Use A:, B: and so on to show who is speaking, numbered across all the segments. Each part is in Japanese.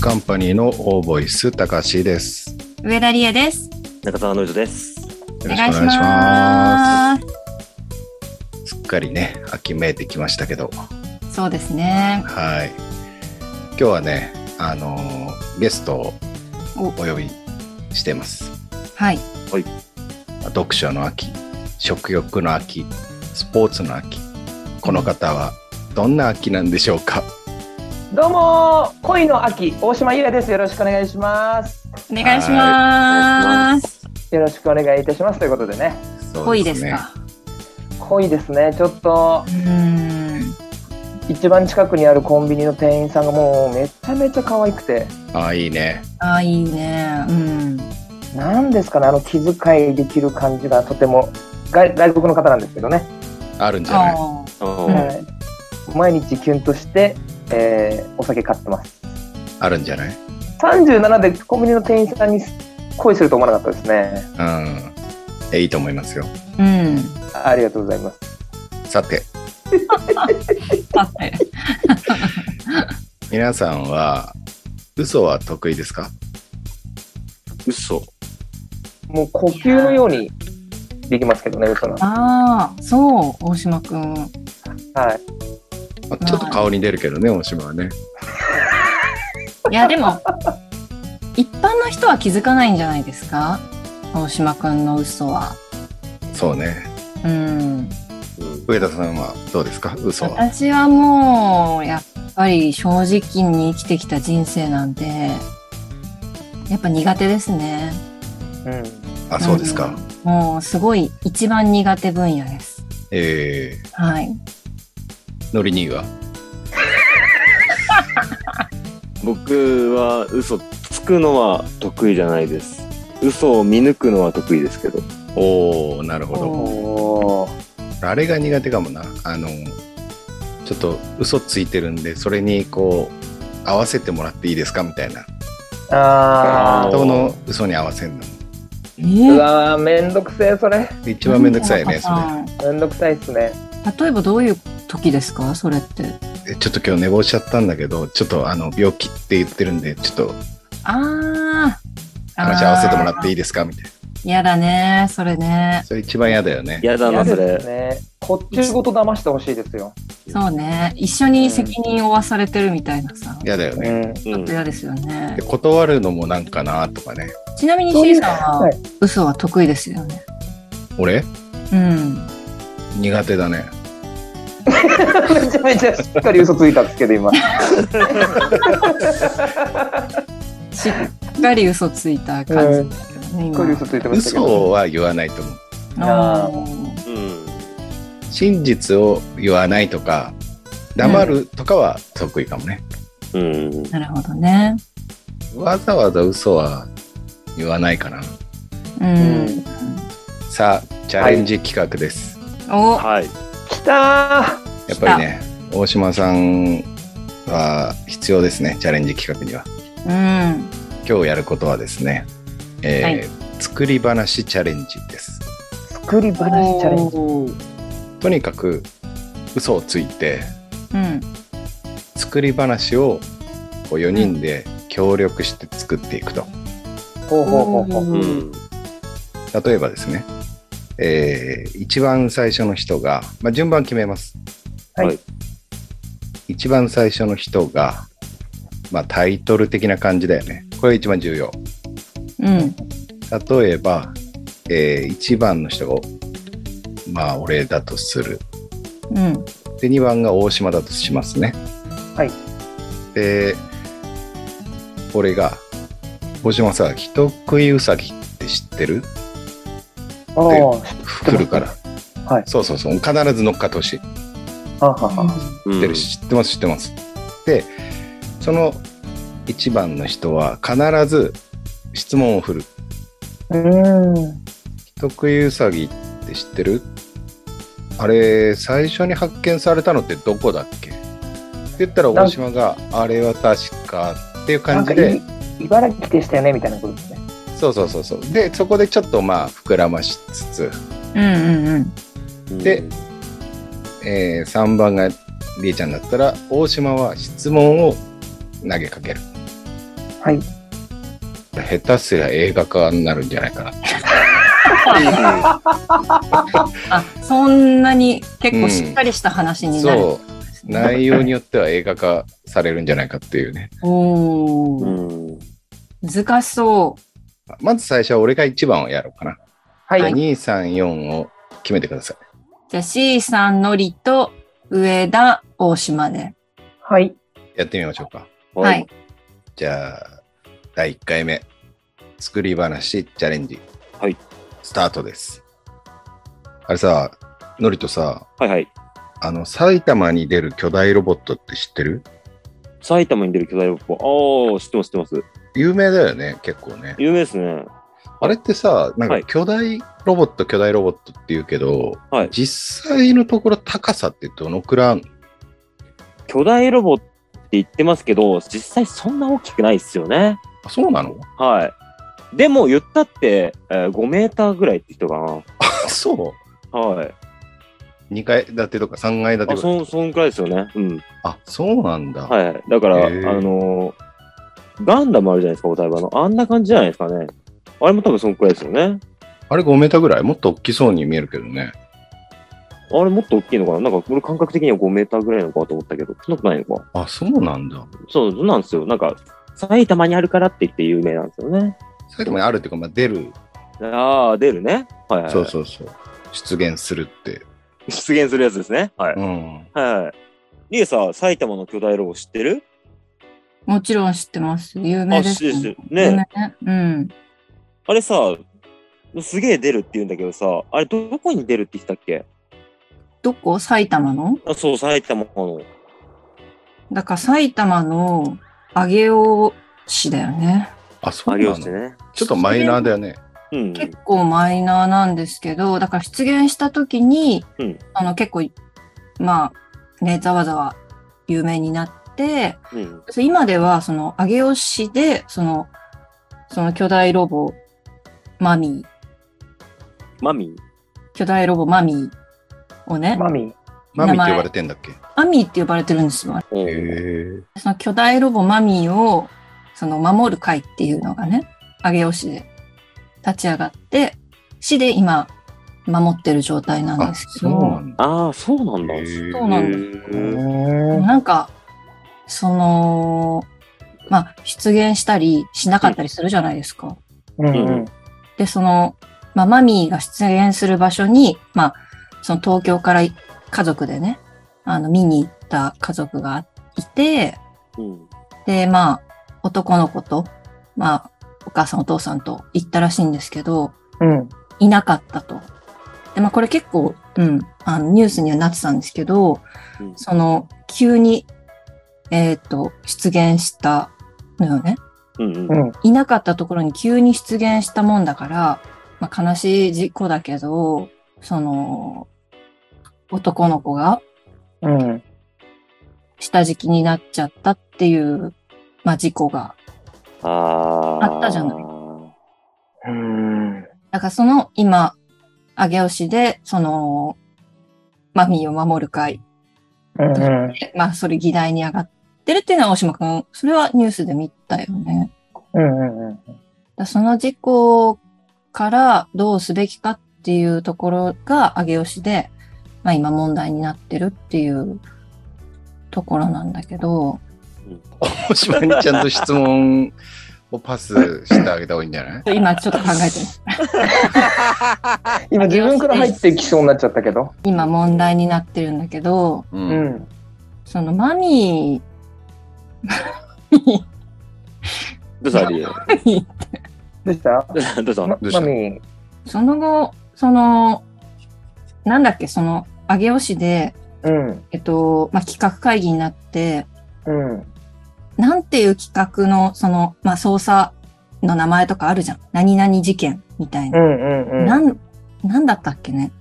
A: カンパニーのオーボイス高橋です。
B: 上田理恵です。
C: 中澤ノイズです。
A: よ
B: お
A: ろしく
B: 願いし
A: お願いしま
B: ます。
A: す。すっかりね秋めいてきましたけど、
B: そうですね。
A: はい。今日はねあのーゲストを
B: お
A: お呼びしてます。
B: はい。
A: 読書の秋、食欲の秋、スポーツの秋。この方はどんな秋なんでしょうか。
D: どうもー恋の秋大島優也ですよろしくお願いします
B: お願いします。
D: よろしくお願いいたしますということでね
A: そ
B: 濃
A: う
B: いです。か。
D: 恋ですねちょっと
B: うーん。
D: 一番近くにあるコンビニの店員さんがもうめちゃめちゃ可愛くて
A: あーいいね。
B: あ、いいね。うん。
D: 何ですかねあの気遣いできる感じがとても外外国の方なんですけどね、
A: あるんじゃない。
B: あ
C: あの
D: はい、毎日キュンとして、えーお酒買ってます
A: あるんじゃない。
D: 37でコンビニの店員さんに恋すると思わなかったですね
A: うん。えいいと思いますよ。
B: ーうん。
D: ありがとうございます
A: さて
B: さて。
A: 皆さんは嘘は得意ですか。
C: 嘘。
D: もう呼吸のようにできますけどね嘘なんて
B: ああ、そう、大島くん。
D: はい
A: まあちょっと顔に出るけどね大島はね。
B: いや、でも、一般の人は気づかないんじゃないですか大島くんの嘘は。
A: そうね。
B: うん。
C: うん
A: 上田さんはどうですか嘘は。
B: 私はもうやっぱり正直に生きてきた人生なんでやっぱ苦手ですね
D: うん
A: あそうですか。
B: うんもうすごい一番苦手分野です
A: え
B: はい
A: ー、ノリ兄は
C: 僕は嘘つくのは得意じゃないです。嘘を見抜くのは得意ですけど。
A: おおなるほ
D: おお、
A: ど。あれが苦手かもな。あのちょっと嘘ついてるんでそれにこう合わせてもらっていいですかみたいな
C: ー
D: あ
A: 人の嘘に合わせるの。
B: え
D: ーう
B: ー
D: わーめんどくせえそれ
A: 一番めんどくさいねそれ。
B: はい
D: めんどくさいっすね
B: 例えばどういう時ですかそれって
A: えちょっと今日寝坊しちゃったんだけどちょっとあの病気って言ってるんでちょっと
B: ああ
A: 話合わせてもら
B: っ
A: っていいですかみたいな。
B: てやだねそれね
A: それ一番嫌だよね。
C: やだな、そ
D: 嫌で
C: れ
D: す。ねこっちごと騙してほしいですよ、
B: そうね一緒に責任を負わされてるみたいなさ
A: 嫌だよね。
D: ん、
C: う
B: ちょ
C: ん
B: っと嫌ですよね
A: で断るのもなんかなとかね。
B: ちなみに
D: そういう
B: C さん
D: は
B: はい嘘は得意ですよね
A: 俺
B: うん
A: 苦手だね。
D: めちゃめちゃしっかり嘘ついたんですけど今
B: しっかり嘘ついた
D: う
B: 感
D: ん
B: じ
D: し
B: だけどね、
D: っかり嘘ついてましたけ
A: 嘘
D: ど
A: は言わないと思う。
B: 今。
D: あ
B: うん
C: うん
A: 真実を言わないとか、黙るとかは得意かもね。
C: うん。
B: なるほどね。
A: わざわざ嘘は言わないかな。
B: うん。
D: うん
A: さあ、チャレンジ企画です。
B: お、
C: はい。
D: きたー
A: やっぱりね、大島さんは必要ですね、チャレンジ企画には。
B: うん。
A: 今日やることはですね、えー
B: はい
A: 作り話チャレンジです。
D: 作り話チャレンジ
B: おー
A: とにかく嘘をついて、
B: うん。
A: 作り話をこう4人で協力して作っていくと。
D: ほうほうほうほう
C: う
B: うん
C: ん。
A: 例えばですね、えー一番最初の人が、まあ、順番決めます。
D: はい
C: はい
A: 一番最初の人が、まあ、タイトル的な感じだよね。これが一番重要。
B: うん。
A: 例えば、えー一番の人が、まあ、俺だとする。
B: うん。
A: で、2番が大島だとしますね。
D: はい。
A: で、俺が、大島さ、人食いうさぎって知ってる
D: おー
A: 来るから。
D: はい
A: そうそうそう。必ず乗っかってほしい。
D: ははは
C: う
A: 知
C: ん
A: ってるし、知ってます、知ってます。で、その1番の人は必ず質問を振る。
D: うーん
A: 人食いうさぎって知ってるあれ、最初に発見されたのってどこだっけって言ったら
D: なん
A: 大島が、あれは確かっていう
D: な
A: 感
D: んか
A: じ
D: い
A: で、
D: 茨城でしたよねみたいなことですね
A: そうそうそうそう。で、そこでちょっとまあ、膨らましつつ、
B: うんうんうん。
A: でえ3番がりえちゃんだったら、大島は質問を投げかける。
D: はい。
A: 下手すりゃ映画化になるんじゃないかな。
B: あ、そんなに結構しっかりした話になる。
A: そう。内容によっては映画化されるんじゃないかっていうね。
B: お
C: う
B: ー、
C: ん。
B: 難しそう。
A: まず最初は俺が1番をやろうかな。
D: はい。
A: じゃあ2、3、4を決めてください。
B: じゃあ C さん、のりと、上田、大島で。
D: はい。
A: やってみましょうか。
B: はい。。
A: じゃあ、第1回目。作り話チャレンジ。
C: はい。
A: スタートです。あれさ、のりとさ、
C: はいはい。
A: あの、埼玉に出る巨大ロボットって知ってる
C: 埼玉に出る巨大ロボ。ああ、知ってます、知ってます。
A: 有名だよね、結構ね。
C: 有名ですね。
A: あれってさ、なん
C: は
A: か
C: い
A: 巨大ロボット、巨大ロボットって言うけど、
C: はい
A: 実際のところ高さってどのくらいあんの
C: 巨大ロボって言ってますけど、実際そんな大きくないっすよね。
A: あそうなの
C: はい。でも言ったって、えー5メーターぐらいって人か
A: そ
C: な。はい。
A: う。2階建てとか3階建てとか。
C: あ、そん、そんくらいですよね。うん。
A: あ、そうなんだ。
C: はい。だから、あ
A: へー
C: のーガンダムあるじゃないですか、お台場の。あんな感じじゃないですかね。あれも多分そんくらいですよね。
A: あれ5メーターぐらいもっと大きそうに見えるけどね。
C: あれもっと大きいのかななんか、俺感覚的には5メーターぐらいなのかと思ったけど、そんなことないのか。
A: あ、そうなんだ。
C: そう、そうなんですよ。なんか、埼玉にあるからって言って有名なんですよね。
A: 埼玉にあるっていうか、まあ、出る。
C: ああ、出るね。はい、はい。
A: そうそうそう。出現するって。
C: う。出現するやつですね。はい。
A: うん。
C: はいはい。リエさん、埼玉の巨大ロボ知ってる
B: もちろん知ってます。有名
C: あ、
B: で
C: 知っ
B: す。
C: てる知ってる。
B: 有
C: ね
B: 名ね。うん。
C: あれさ、すげえ出るって言うんだけどさ、あれどこに出るって言ってたっけ
B: どこ埼玉の
C: あ、そう、埼玉の。
B: だから埼玉の上尾市だよね。
A: あ、そう
C: 有
A: な
C: 吉
A: の
C: ね。
A: ちょっとマイナーだよね。
C: うん。
B: 結構マイナーなんですけど、だから出現した時に、
C: うん
B: あの結構、まあ、ね、ざわざわ有名になって、
C: うん。
B: そう今ではその上尾市で、その、その巨大ロボ、マミー、
C: マミ
B: 巨大ロボマミーをね、
D: マミー。
A: マミって呼ばれてんだっけ
B: マミーって呼ばれてるんですよ。
C: ー。
A: へえ。
B: その巨大ロボマミーをその守る会っていうのがね、上尾市で立ち上がって、市で今守ってる状態なん
A: あ、
B: ですけ
A: そうな
B: ど、
A: んだ。
C: ああ、そうなんだ。
A: へ
C: へ
A: ー
B: そうなんだ
D: う
C: ー
D: ーん。
B: なんか、その、まあ、出現したりしなかったりするじゃないですか。
D: うんうん。
B: で、その、まあ、マミーが出現する場所に、まあ、その東京から家族でね、あの、見に行った家族がいて、
C: うん。
B: で、まあ、男の子と、まあ、お母さんお父さんと行ったらしいんですけど、
D: うん。
B: いなかったと。で、まあ、これ結構、うん、あのニュースにはなってたんですけど、
C: うん
B: その、急に、えっ、と、出現したのよね。
C: うんうん
D: う。ん。
B: いなかったところに急に出現したもんだから、まあ、悲しい事故だけど、その、男の子が
D: うん。
B: 下敷きになっちゃったっていう、まあ、事故が
C: ああ。
B: あったじゃない
D: うん。
B: だからその今、上尾市で、その、マミーを守る会、
D: うん。
B: まあそれ議題に上がってるっていうのは大島くん、それはニュースで見たよね。
D: うん。うん。
B: だからその事故からどうすべきかっていうところが上尾市で、まあ今問題になってるっていうところなんだけど、
A: 大島にちゃんと質問をパスしてあげた方がいいんじゃない
B: 今ちょっと考えてます。
D: 今自分から入ってきそうになっちゃったけど。
B: 今問題になってるんだけど、
A: う。
D: うんん。
B: そのマミ
C: どうしたリエ
B: ー、
D: どうした
C: どう したどうした
D: ま
A: どうした
D: マミー。
B: その後、その、なんだっけ、その、上尾市で、
D: うん。
B: えっと、まあ、企画会議になって、
D: うん。
B: なんていう企画の、その、まあ、捜査の名前とかあるじゃん。何々事件みたい
D: うんう
B: な。
D: んう
B: な
D: ん。
B: ん、なんだったっけね。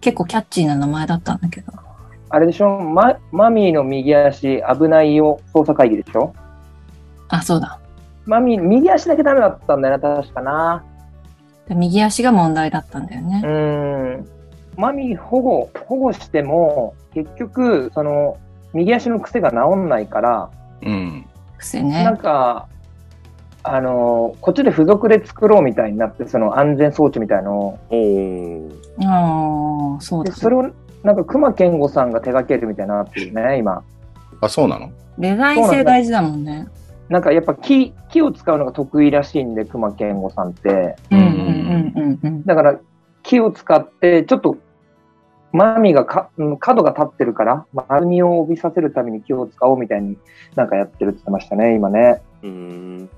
B: 結構キャッチーな名前だったんだけど。
D: あれでしょママミーの右足危ないよ捜査会議でしょ
B: あ、そうだ。
D: マミー、右足だけダメだったんだよな、確かな。
B: で右足が問題だったんだよ
D: う
B: ね。
D: ーん。マミー保護、保護しても、結局、その、右足の癖が治んないから、
A: うん。
B: 癖
D: な
B: ね
D: ん。か、あの、こっちで付属で作ろうみたいになって、その安全装置みたいのを、
C: おー
B: ああ、そう
D: で
B: だ。
D: それをなんか熊健吾さんが手掛けるみたいになってるね、今。
A: あ、そうなの
B: デザイン性大事だもんね。
D: なんかやっぱ木、木を使うのが得意らしいんで、熊健吾さんって。
B: うん
A: う
B: うんんうんうんうん。
D: だから木を使って、ちょっと、マミがかうん角が立ってるから、丸みを帯びさせるために木を使おうみたいになんかやってるって言ってましたね、今ね。
C: うーん。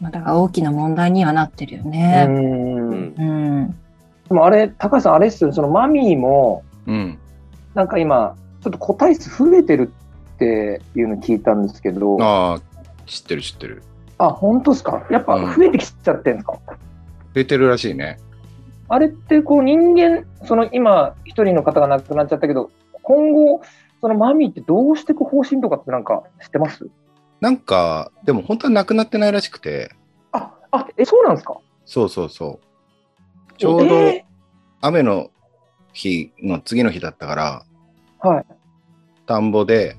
B: まあだから大きな問題にはなってるよ
D: う。
B: ね。
C: うん
B: う
C: ん。
B: ん。
D: でもあれ、高橋さん、あれっすよね、そのマミーも、
A: うん。
D: なんか今、ちょっと個体数増えてるっていうの聞いたんですけど、
A: あ
D: あ、
A: あ、知ってる知ってる。
D: 本当っすかやっぱ増えてきちゃってるんですか、
A: 出てるらしいね。
D: あれってこう人間、その今、一人の方が亡くなっちゃったけど、今後、そのマミーってどうしていく方針とかってなんか知ってます
A: なんか、でも本当はなくなってないらしくて、
D: あ、あ、え、そうなんですか
A: そうそうそう。ちょうど
D: え
A: 雨の日の次の日だったから、
D: ーはい。
A: 田んぼで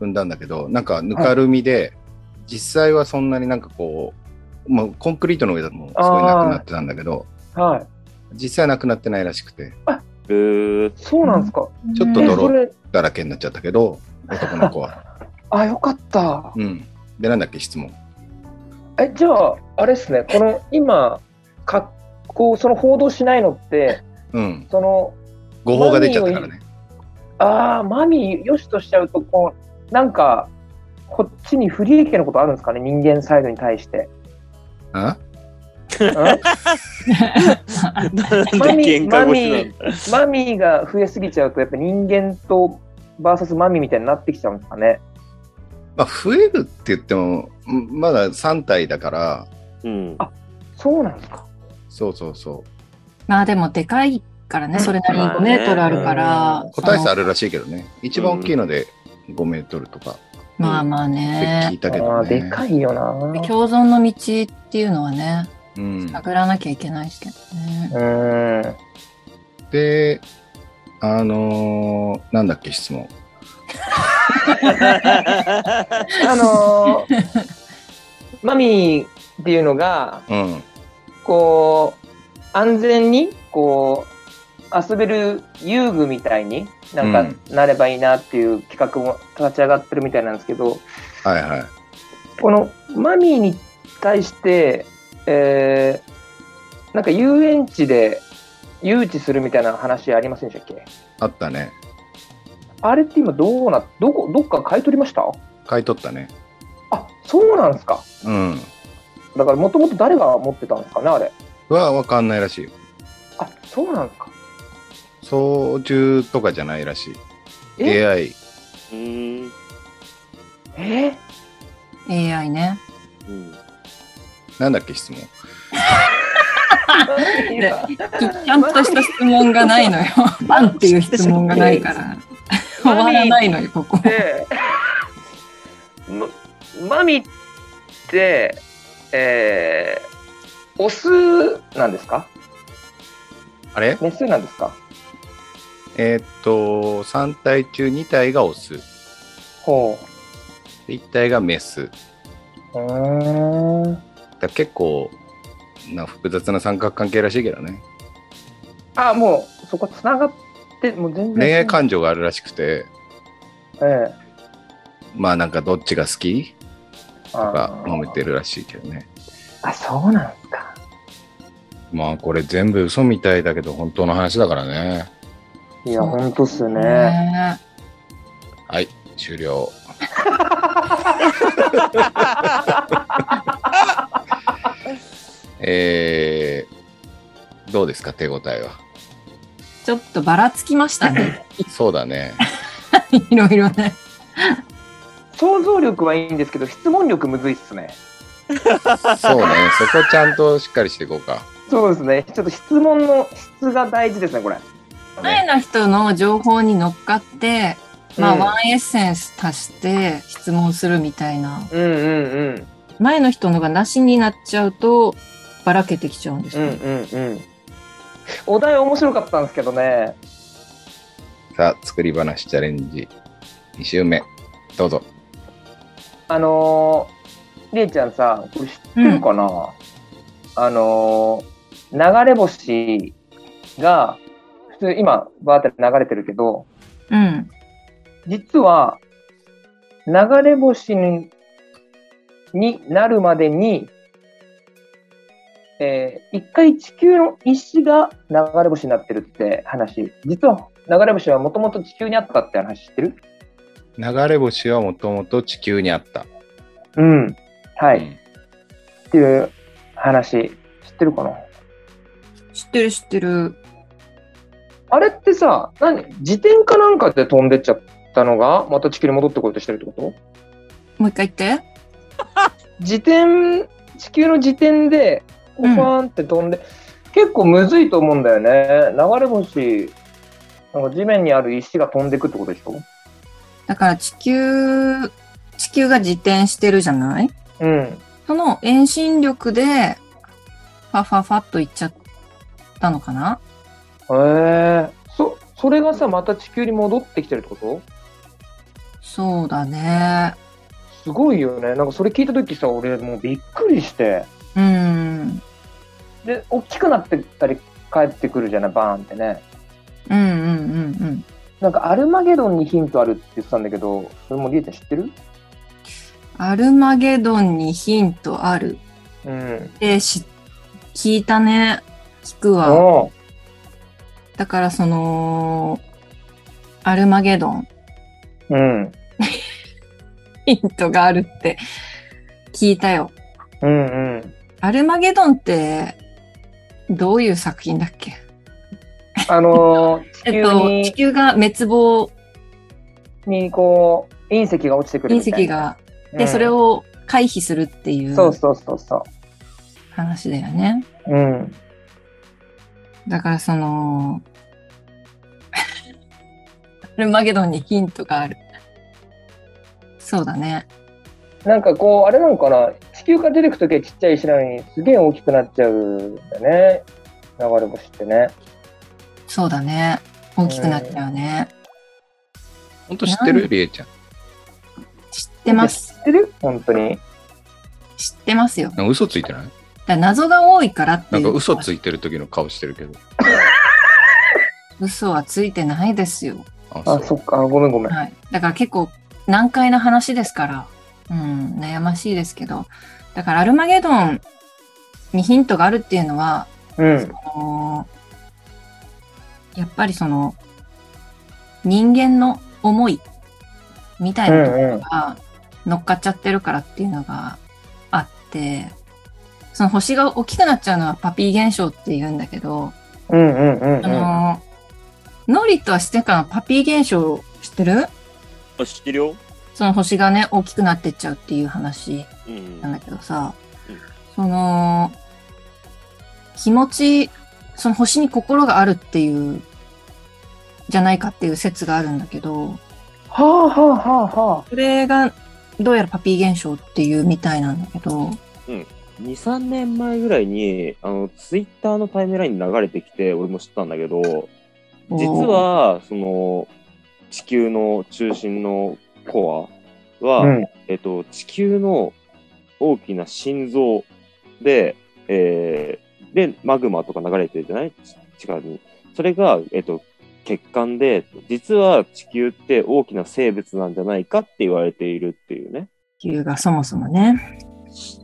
A: 踏んだんだけど、なんかぬかるみで、実際はそんなになんかこう、もうコンクリートの上だともうすごいなくなってたんだけど、
D: はい。
A: 実際はなくなってないらしくて、
C: えー、
D: そうなんですか、
A: ちょっと
D: え
A: 泥
D: それ、
A: だらけになっちゃったけど、男の子 は。
D: あ、よかった。
A: うん。で、なんだっけ、質問。
D: え、じゃあ、あれですね、この今、格好、その報道しないのって、
A: うん。
D: その、
A: 誤報が出ちゃったからね。
D: あー、マミー、よしとしちゃうと、こう、なんか、こっちに不利益のことあるんですかね、人間サイドに対して。
A: あ
C: なんで喧嘩腰な
D: マミーが増えすぎちゃうと、やっぱ人間とバーサスマミーみたいになってきちゃうんですかね。
A: まあ、増えるって言っても、んまだ3体だから、
C: の
D: あそうなんですか。
A: そうそうそ
B: まあでもでかいからね、それなりに
C: まあ
B: 5
C: ね
B: メートルあるから
A: う。。個体差あ
B: る
A: るらしいけどね。一番大きいので5メートルとか
B: まあまあ
A: って聞い
B: ね。
A: たけ
D: あ
A: ど
D: ー
A: ね。
D: でかいよな。う
B: 共存の道っていうのはね、
A: うん、
B: 探らなきゃいけないですけどね。
D: ーん。
A: で、あのーなんだっけ、質問。
D: あ のー、マミーっていうのが、
A: うん。
D: こう、安全に、こう、遊べる遊具みたいになんかなればいいなっていう企画も立ち上がってるみたいなんですけど、
A: はいはい。
D: このマミーに対して、えーなんか遊園地で誘致するみたいな話ありませんでしたっけ
A: あったね。
D: あれって今どうなどこどっか買い取りました
A: 買い取ったね。
D: あそうなんですか
A: うん。
D: だからもともと誰が持ってたんですかねあれ
A: はわかんないらしいよ。
D: あそうなんですか
A: 操縦とかじゃないらしい。
D: え
A: AI。
C: うーん。
D: え
B: AI ね。
C: うん
A: なんだっけ、質問。
D: なんていうか
B: ちゃんとした質問がないの よ。バンっていう質問がないから。終わらないのよ、ここ。
D: で、ま、マミって、えー、オスなんですか
A: あれ
D: メスなんですか
A: えーっと、3体中2体がオス。
D: ほ
A: 1体がメス。
D: う。うーん。
A: だから結構な複雑な三角関係らしいけどね。
D: あ、もう、そこつながって、もう全然。
A: 恋愛感情があるらしくて、
D: ええ
A: まあなんかどっちが好きとか
D: あー
A: 揉めてるらしいけどね。
D: あ、そうなんですか。
A: まあこれ全部嘘みたいだけど本当の話だからね。
D: いや、
B: そう
D: ほんとっすね。
B: ね
A: はい、終了。えー、どうですか手応えは。
B: ちょっとばらつきました ね。
A: そうだね。
B: いろいろね。
D: 想像力はいいんですけど、質問力むずいっすね。
A: そうね。そこちゃんとしっかりしていこうか。
D: そうですね。ちょっと質問の質が大事ですね、これ。
B: 前の人の情報に乗っかって、まあ、
D: うん
B: ワンエッセンス足して質問するみたいな。
D: うんうんうん。
B: 前の人のがなしになっちゃうと、ばらけてきちゃうんです
D: うん
B: よ、
D: うんうん。お題面白かったんですけどね。
A: さあ、作り話チャレンジ2週目。どうぞ。
D: あのれいちゃんさ、これ知ってるかな、あのー、流れ星が、普通今、バーって流れてるけど、
B: うん。
D: 実は、流れ星にになるまでに、えー一回地球の石が流れ星になってるって話。実は流れ星はもともと地球にあったって話知ってる
A: 流れ星はもともと地球にあった。
D: うん。はい。
A: うん
D: っていう話。知ってるかな
B: 知ってる知ってる。
D: あれってさ、何自転かなんかで飛んでっちゃったのが、また地球に戻ってこようとしてるってこと
B: もう一回言って。
D: 自転、地球の自転で、こう
B: うん
D: ファーンって飛んで、結構むずいと思うんだよね。流れ星、なんか地面にある石が飛んでくってことでしょ
B: だから地球、地球が自転してるじゃない
D: うん。
B: その遠心力で、ファファファっと行っちゃったのかな
D: へえ。そ、それがさ、また地球に戻ってきてるってこと
B: そうだね。
D: すごいよね。なんかそれ聞いた時さ、俺もうびっくりして。
B: うん。
D: で、大きくなってったり帰ってくるじゃない、バーンってね。
B: うんうんうんうん。
D: なんかアルマゲドンにヒントあるって言ってたんだけど、それもりえちゃん知ってる
B: アルマゲドンにヒントある。
D: うん。
B: え、し、聞いたね。聞くわ。
D: あ
B: だからその、アルマゲドン、
D: うん。
B: ヒントがあるって聞いたよ。
D: うんうん。
B: アルマゲドンって、どういう作品だっけ
D: あのー、地
B: えっ
D: 球
B: と、
D: に、
B: 地球が滅亡、
D: にこう、隕石が落ちてくるみたい
B: 隕
D: な。
B: 石が、で、
D: うん
B: それ。を回避するっていう
D: そうそうそうそ
B: 話だよね。
D: う。うん。
B: だからその、 アルマゲドンにヒントがある。そうだね。
D: なんかこう、あれなのかな、地球から出てくときはちっちゃい石なのに、すげえ大きくなっちゃうんだね。流れ星ってね。
B: そうだね。大きくなっちゃうね。
A: 本当知ってるりえちゃん。
B: 知ってます。
D: 知ってる本当に。
B: 知ってますよ。
A: なんか嘘ついてない
B: だから謎が多いからって
A: ない
B: うん
A: か嘘ついてる時の顔してるけど。
B: 嘘はついてないですよ。
A: あ
D: あ、そっか。あごめんごめん。
B: はい。だから結構難解な話ですから、うん、悩ましいですけど。だからアルマゲドンにヒントがあるっていうのは、
D: うん。
B: あのやっぱりその、人間の思いみたいうなとこ
D: んうん。
B: が乗っかっちゃってるからっていうのがあって、その星が大きくなっちゃうのはパピー現象って言うんだけど、
D: うんうんうん
B: あ
D: うん。
B: のー、ノリとはしてからパピー現象知ってる
C: あ、知ってるよ。
B: その星がね、大きくなってっちゃうっていう話
C: うん。
B: なんだけどさ
C: うん、
B: その、気持ち、その星に心があるっていう、じゃないかっていう説があるんだけど、
D: はあはあはあは
B: それが、どうやらパピー現象っていうみたいなんだけど、
C: 2、3年前ぐらいに、あの、ツイッターのタイムラインに流れてきて、俺も知ったんだけど、
B: おー
C: 実、は、その、地球の中心のコア
D: あ。
C: は、
D: うん。
C: えっと、地球の大きな心臓で、えーで、マグマとか流れてるじゃないち地下に。それが、えっと、血管で、実は地球って大きな生物なんじゃないかって言われているっていうね。
B: 地球がそもそもね、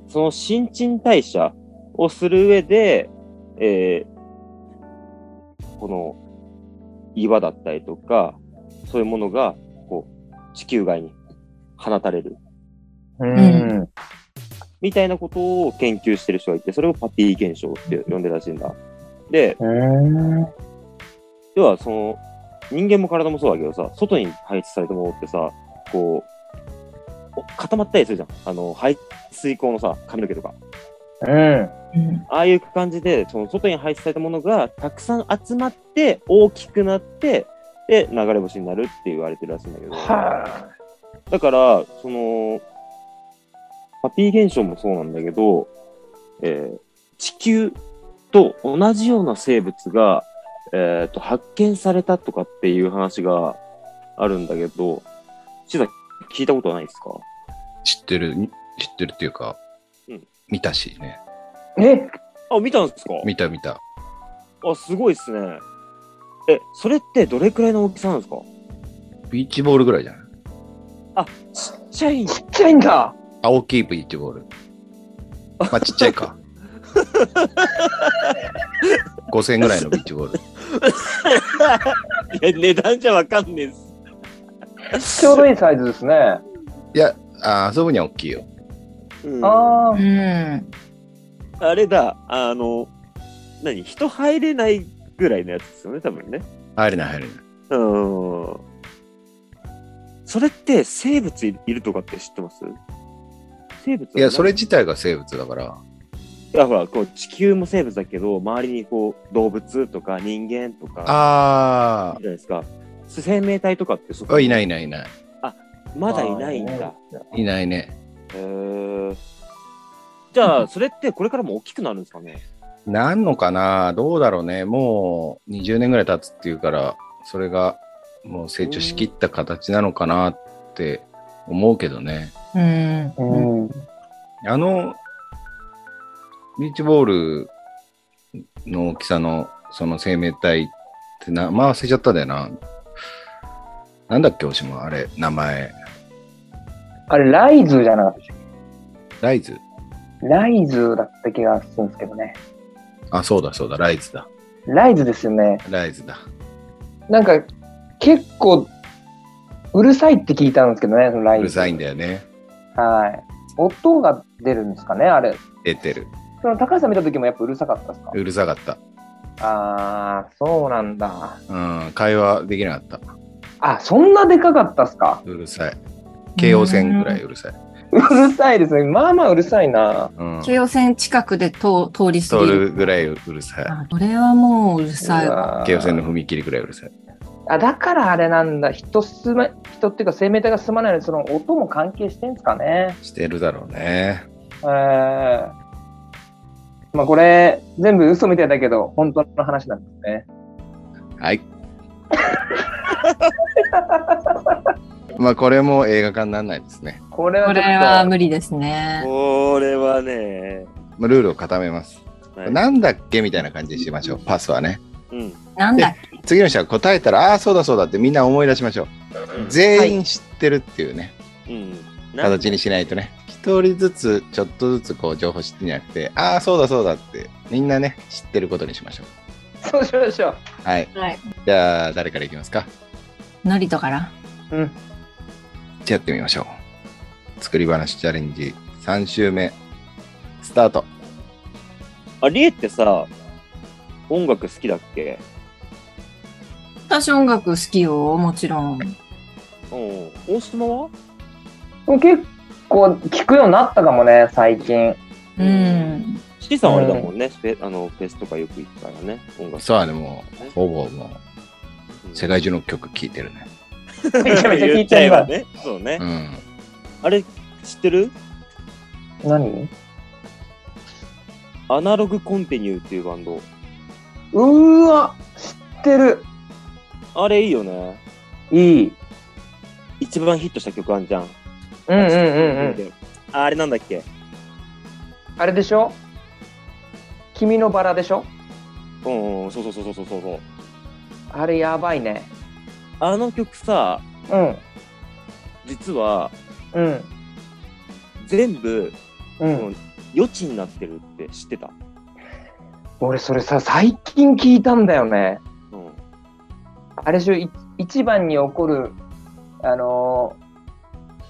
C: その新陳代謝をする上で、えーこの岩だったりとか、そういうものが、こう、地球外に放たれる。
D: うん。
C: みたいなことを研究してる人がいて、それをパピー現象って呼んでるらしいんだ。で、
D: うん。
C: 要はその、人間も体もそうだけどさ、外に排出されたものってさ、こう、お固まったりするじゃん。あの、排水口のさ、髪の毛とか。
D: うん。
B: うん、
C: ああいう感じで、その外に排出されたものがたくさん集まって、大きくなって、で、流れ星になるって言われてるらしいんだけど。
D: は
C: だから、その、パピー現象もそうなんだけど、えー地球と同じような生物が、えー、と発見されたとかっていう話があるんだけど、ちさん聞いたことはないですか
A: 知ってる、知ってるっていうか、見たしね。
D: え
C: あ、見たんですか
A: 見た見た。
C: あ、すごいっすね。え、それってどれくらいの大きさなんですか
A: ビーチボールぐらいじゃない
C: ちっちゃ いん
D: ちっちゃいんだ
A: 青きいビーチボール。まあちっちゃい か。5000円ぐらいのビーチボール。
C: いや値段じゃわかんねえっす。
D: ちょうどいいサイズですね。
A: いや、あ遊ぶには大きいよ。
C: うんあ
D: ああ
B: う。ん。
C: れだ、あの、何人入れないぐらいのやつですよね、多分ね。
A: 入れない入れない。
C: うん。それって生物いいるとかって知ってます生物はい
A: や、それ自体が生物だから。
C: いやほらこう地球も生物だけど、周りにこう動物とか人間とか、い
A: あ
C: るじゃないですか。生命体とかってそ。
A: あ、いないいいないいない。
C: まだいないんだ。。
A: いないね。
C: へーじゃあ、それってこれからも大きくなるんですかね
A: なんのかなどうだろうね。もう20年ぐらい経つっていうから、それがもう成長しきった形なのかなって思うけどね。
B: うん。うん
D: うん。
A: あの、ビーチボールの大きさのその生命体ってな、まあ忘れちゃったんだよな。なんだっけ、おしも、あれ、名前。
D: あれ、ライズじゃなかったっ
A: ライズ
D: けライズだった気がするんですけどね。
A: あ、そうだそうだ、ライズだ。
D: ライズですよね。
A: ライズだ。
D: なんか、結構、うるさいって聞いたんですけどね、そのライ
A: う
D: ズ。
A: るさいんだよね。
D: はい。音が出るんですかね、あれ。
A: 出てる。
D: その高橋さん見た時もやっぱうるさかったですか
A: うるさかった。
D: ああ、そうなんだ。
A: うん、会話できなかった。
D: あ、そんなでかかったっすか
A: うるさい。京王線ぐらいうるさい。
D: うるさいですね。まあまあうるさいな。
A: うん。
B: 京王線近くで通通り過
A: 通
B: ぎる。
A: るぐらいうるさい。
B: あこれはもううるさいわ。
D: い
A: 京王線の踏切ぐらいうるさい。
D: あだからあれなんだ人進め人っていうか生命体が進まないのにその音も関係してんですかね
A: してるだろうね。
D: えー、まあこれ全部嘘みたいだけど本当の話なんですね
A: はい。 まあこれも映画化にならないですね。
D: これは
B: こ
D: ちょっと
B: れは無理ですね。
C: これはね、
A: まあルールを固めます。
C: はい
A: なんだっけみたいな感じにしましょう。パスはね。
C: うん、
B: なんだっけ
A: 次の人が答えたら、ああー、そうだそうだってみんな思い出しましょう。全員知ってるっていうね、
C: うん、
A: 形にしないとね。一人ずつ、ちょっとずつこう情報知ってんじゃなくて、ああ、そうだそうだってみんなね、知ってることにしましょう。
D: そうしましょ
A: はい。
B: はい。
A: じゃあ、誰からいきますか。
B: のりとから。
D: ううん
A: じゃあやってみましょう。作り話チャレンジ3周目、スタート。
C: ありえってさ、音楽好きだっけ
B: 私音楽好きよ、もちろん。
C: うん。大島は
D: でも結構聞くようになったかもね最近
B: うん。
C: C さんはあれだもんね、フェあのフェスとかよく行くからね、音楽。
A: そうね、も
C: ね
A: う、ほぼも
C: うん
A: う、世 界中の曲聴いてるね。
D: めちゃめちゃ聞
C: 言
D: い
C: っちゃ
D: て
C: え
D: る
C: ば
D: わ
C: ね。そうね
A: う。ん。
C: あれ、知ってる
D: 何
C: アナログコンティニューっていうバンド。
D: うーわ知ってる
C: あれいいよね。
D: いい
C: 一番ヒットした曲あんじゃん。
D: うんうんうんうん
C: あれなんだっけ
D: あれでしょ君のバラでしょ
C: うんうん、そうそうそうそうそうそう。
D: あれやばいね
C: あの曲さ、
D: うん
C: 実は
D: うん
C: 全部
D: うん
C: 余地になってるって知ってた。
D: 俺それさ最近聞いたんだよね
C: うん。
D: あれしょい一番に起こるあのー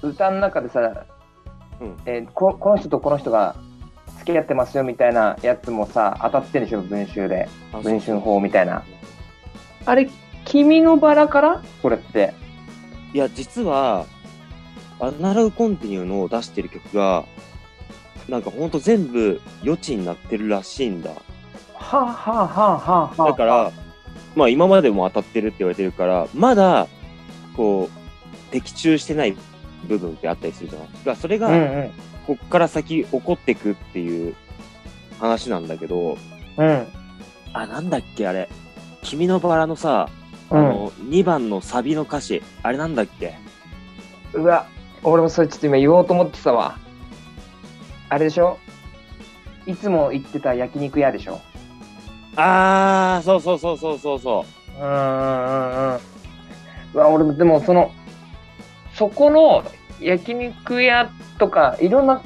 D: 歌の中でさ、
C: うん
D: えーここの人とこの人が付き合ってますよみたいなやつもさ当たってるでしょ文集で
C: あ
D: 文春法みたいな。あれ「君のバラ」からそれって
C: いや、実は、アナログコンティニューの出してる曲が、なんかほんと全部余地になってるらしいんだ。
D: はあ、はあはあはあはあ
C: だから、まあ今までも当たってるって言われてるから、まだ、こう、的中してない部分ってあったりするじゃないだからそれ
D: うんう
C: が、
D: ん
C: こっから先起こってくっていう話なんだけど、
D: うん
C: あ、なんだっけあれ。君のバラのさ、あ
D: うん
C: の、2番のサビの歌詞、あれなんだっけ
D: うわ俺もそれちょっと今言おうと思ってたわあれでしょいつも行ってた焼肉屋でしょ
C: ああ、そうそうそうそうそうそう。
D: うんうんうんうんうわ俺もでもそのそこの焼肉屋とかいろんな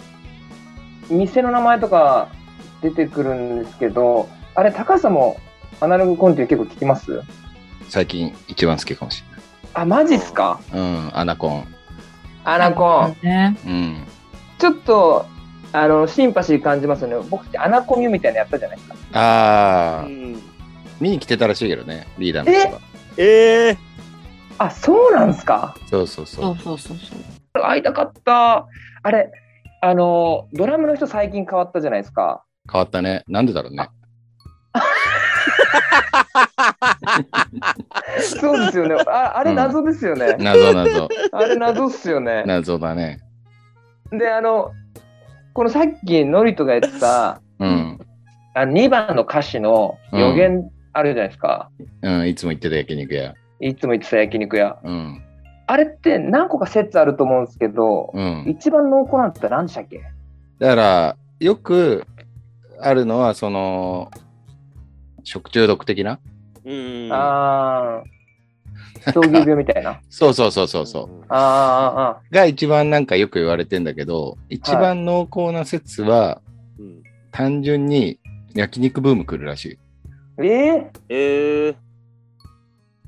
D: 店の名前とか出てくるんですけどあれ高さもアナログコンティ結構聞きます
A: 最近一番好きかもし
D: あマジっすか
A: れない。うん、アナコン。
D: アナコン
B: ね。
A: うん。
D: ちょっとあのシンパシー感じますよね僕ってアナコミュみたいなのやったじゃないですか
A: ああ、
C: うん
A: 見に来てたらしいけどね、リーダーの人が。
C: ええ
D: あそうなんですか
A: そうそうそう。
B: そうそうそうそう。
D: 会いたかったあれあのドラムの人最近変わったじゃないです か
A: 変わったね。なんでだろうね。
D: そうですよね。ああれ謎ですよね。
A: 謎謎。
D: あれ謎っすよね。
A: 謎だね。
D: で、あの、このさっきノリトが言った、
A: うん。
D: あ2番の歌詞の予言あるじゃないですか。
A: うん、いつも行ってた焼肉屋。
D: いつも言ってた焼肉屋。
A: うん。
D: あれって何個か説あると思うんですけど、
A: うん。
D: 一番濃厚なのって何でしたっけ
A: だから、よくあるのは、その、食中毒的な
C: うん。
D: ああ、闘牛病みたいな。
A: そうそうそうそうそう。
D: ああ、あ
A: が一番なんかよく言われてんだけど、一番濃厚な説は、
C: うん。
A: 単純に焼肉ブーム来るらしい。
D: あ、えー
C: ええ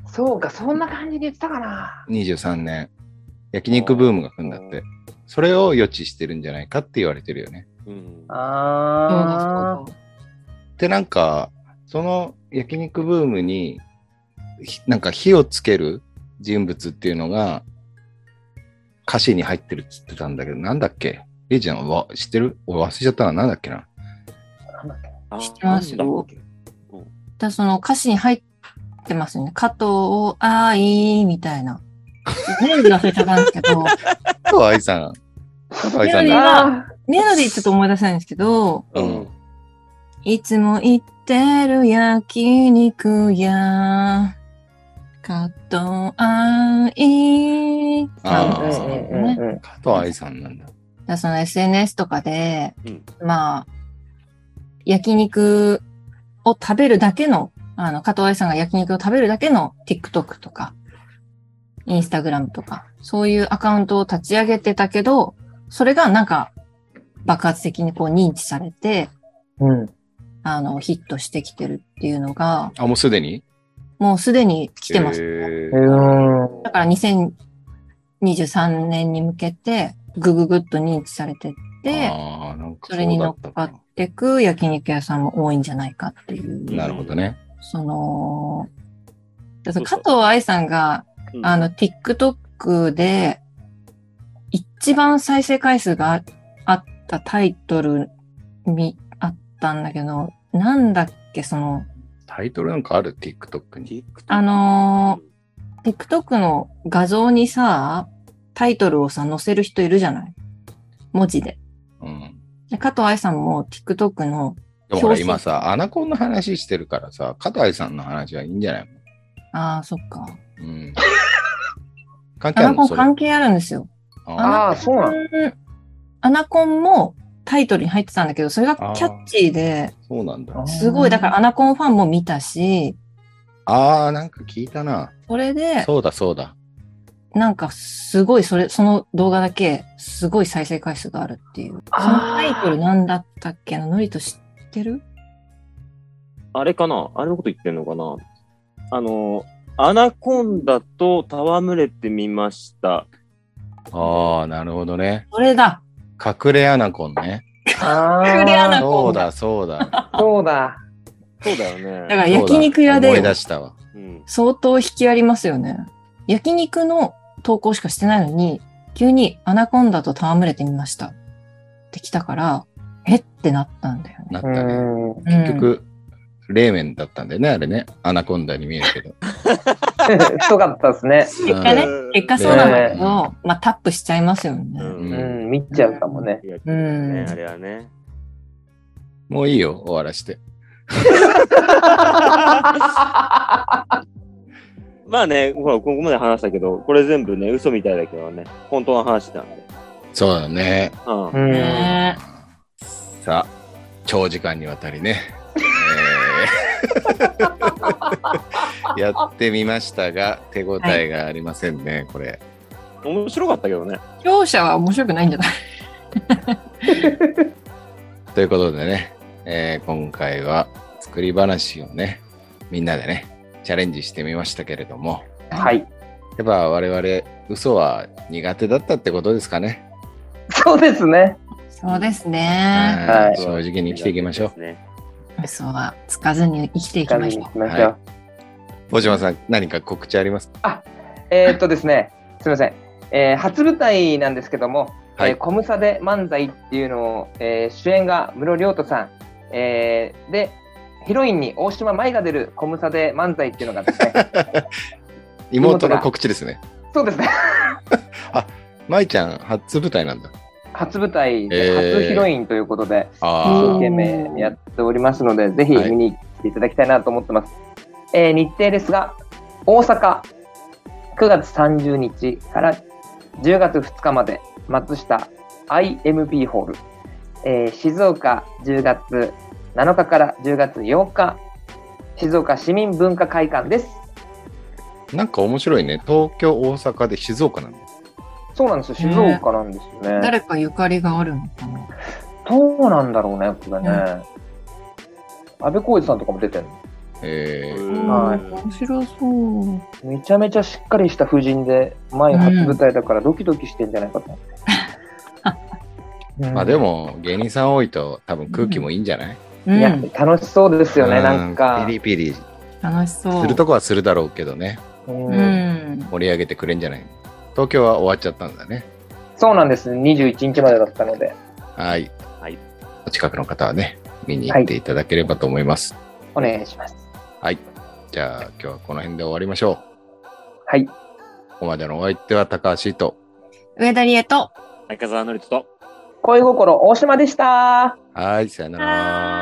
D: そうか、そんな感じで言ってたかな。
A: 23年焼肉ブームが来るんだってそれを予知してるんじゃないかって言われてるよね
C: うん。
D: ああ、
B: そうだ
A: でなんかその焼肉ブームにひなんか火をつける人物っていうのが歌詞に入ってるっつってたんだけどなんだっけレイちゃんは知ってる俺忘れちゃったななんだっけな
C: あ
B: 知ってますよ。
C: なんだっ
B: だからその歌詞に入ってますよね。加藤を愛みたいな。メロディー忘れちゃったんですけ ど、
A: 加藤愛さん加藤愛さんだ
D: あ
B: メロディーちょっと思い出せないんですけど、
C: け
A: うん
B: いつも言ってる焼肉屋、加藤愛。
A: あ
D: あ、
A: ー
D: うんうんうんうん。
A: 加藤愛さんなんだ
B: だからその SNS とかで、
C: うん
B: まあ、焼肉を食べるだけの、あの、加藤愛さんが焼肉を食べるだけの TikTok とか、Instagram とか、そういうアカウントを立ち上げてたけど、それがなんか爆発的にこう認知されて、
D: うん
B: あの、ヒットしてきてるっていうのが、
A: あもうすでに
B: もうすでに来てます。
A: へ
D: う
A: ー
D: ん
B: だから2023年に向けて、ぐぐぐっと認知されてって、
A: あーなんか
B: そうれに
A: だ
B: 乗
A: た
B: っかってく焼肉屋さんも多いんじゃないかっていう。
A: なるほどね
B: その、だか
C: そう
B: ら
C: そ
B: 加
C: う
B: 藤愛さんが、
C: うん
B: あの、TikTok で、一番再生回数がああったタイトルにあったんだけど、なんだっけ、その、
A: タイトルなんかある TikTok に
C: TikTok
B: あの TikTok の画像にさ、タイトルをさ、載せる人いるじゃない文字で。
A: うん。
B: で加藤愛さんも TikTok の、
A: でもほら
B: 表紙
A: 今さ、アナコンの話してるからさ、加藤さんの話はいいんじゃない
B: ああ、そっか。
A: うん。関係
B: ア
A: あ
B: ナ
A: る
B: コ
A: の
B: ン
A: それ。
B: 関係あるんですよ。
D: ああ、そうなの
B: うんアナコンもタイトルに入ってたんだけど、それがキャッチーで、
A: そうなんだ。
B: すごい、だからアナコンファンも見たし、
A: ああ、なんか聞いたな。
B: それで、
A: そうだそうだ。
B: なんかすごい、それ、その動画だけ、すごい再生回数があるっていう。そのタイトルなんだったっけなノリと知ってる
C: あれかなあれのこと言ってんのかなあの、アナコンダと戯れてみました。
A: ああ、なるほどね。
B: それだ
A: 隠れアナコンね。
D: あー
B: クリアな
A: そうだそうだ。
D: そうだ。
C: そうだよね。
B: だから焼肉屋
A: 思い
B: で
A: 出したわ。
C: うん。
B: 相当引きありますよね。焼肉の投稿しかしてないのに、急にアナコンダと戯れてみましたって来たから、えってなったんだよね。
A: なった
D: う
A: ね。
D: ん。
B: 結
A: 結局、冷麺だったんだよね、あれね。アナコンダに見えるけど。
D: 太かったですね。
A: 結
B: 果ね結果そうなんだけど、
A: ね
B: まあタップしちゃいますよね。
C: うん
A: う
D: うんん、見ちゃうかもね。
C: やって
B: う
C: るよ
B: ん
C: ね、あれ はね。
A: もういいよ、終わらして。
C: まあね、ほら、ここまで話したけど、これ全部ね、嘘みたいだけどね、本当の話なんで。
A: そうだね。
C: うん
D: うん。
B: ね
A: さあ、長時間にわたりね、えー やってみましたが手応えがありませんね、これ
C: 面白かったけどね。
B: 勝者は面白くないんじゃない
A: ということでね、えー今回は作り話をねみんなでねチャレンジしてみましたけれども
D: は。い。
A: やっぱ我々嘘は苦手だったってことですかね、
D: そうですね。
B: そうですね。
D: はい
A: 正直に生きていきましょう
C: う。
B: 嘘はつかずに生きていきましょう。
D: 行きましょう
A: は大島さん何か告知ありますか
D: えーっとですね、すみません。えー初舞台なんですけども、
A: はい
D: えーコムサで漫才っていうのを、えー主演が室亮斗さん、えーで、ヒロインに大島舞が出るコムサで漫才っていうのがです ね、
A: 妹の告知ですね
D: そうですね、
A: 舞ちゃん初舞台なんだ
D: 初舞台
A: え
D: で
A: ー
D: 初ヒロインということで、
A: あー
D: 一生懸命やっておりますので、ぜひ見に来ていただきたいなと思ってます。えー日程ですが、大阪、9月30日から10月2日まで、松下 IMP ホール、えー静岡、10月7日から10月8日、静岡市民文化会館です。
A: なんか面白いね東京大阪で静岡なんだ
D: そうなんですよ、静岡なんですよね。
B: 誰かゆかりがあるのかな
D: どうなんだろうね、これね。安部浩二さんとかも出てるの
A: えー
D: はい
B: うん面白そう。
D: めちゃめちゃしっかりした婦人で、前初舞台だからドキドキしてんじゃないかと思って。
A: まあで、も芸人さん多いと多分空気もいいんじゃない、
B: う
D: いや
B: ん、、
D: 楽しそうですよね、
A: う
D: なんか
A: ピ。リピリ
B: 楽しそう。
A: するとこはするだろうけどね
D: うん
B: うん。
A: 盛り上げてくれんじゃない東京は終わっちゃったんだね
D: そうなんです、21日までだったので、
A: はい、
C: はい
A: お近くの方はね見に行っていただければと思います、
D: お願いします。
A: じゃあ今日はこの辺で終わりましょう
D: はい、
A: ここまでのお相手は高橋と
B: 上田理恵と。
C: 中澤のりと。
D: 恋心大島でした。
A: はいさよなら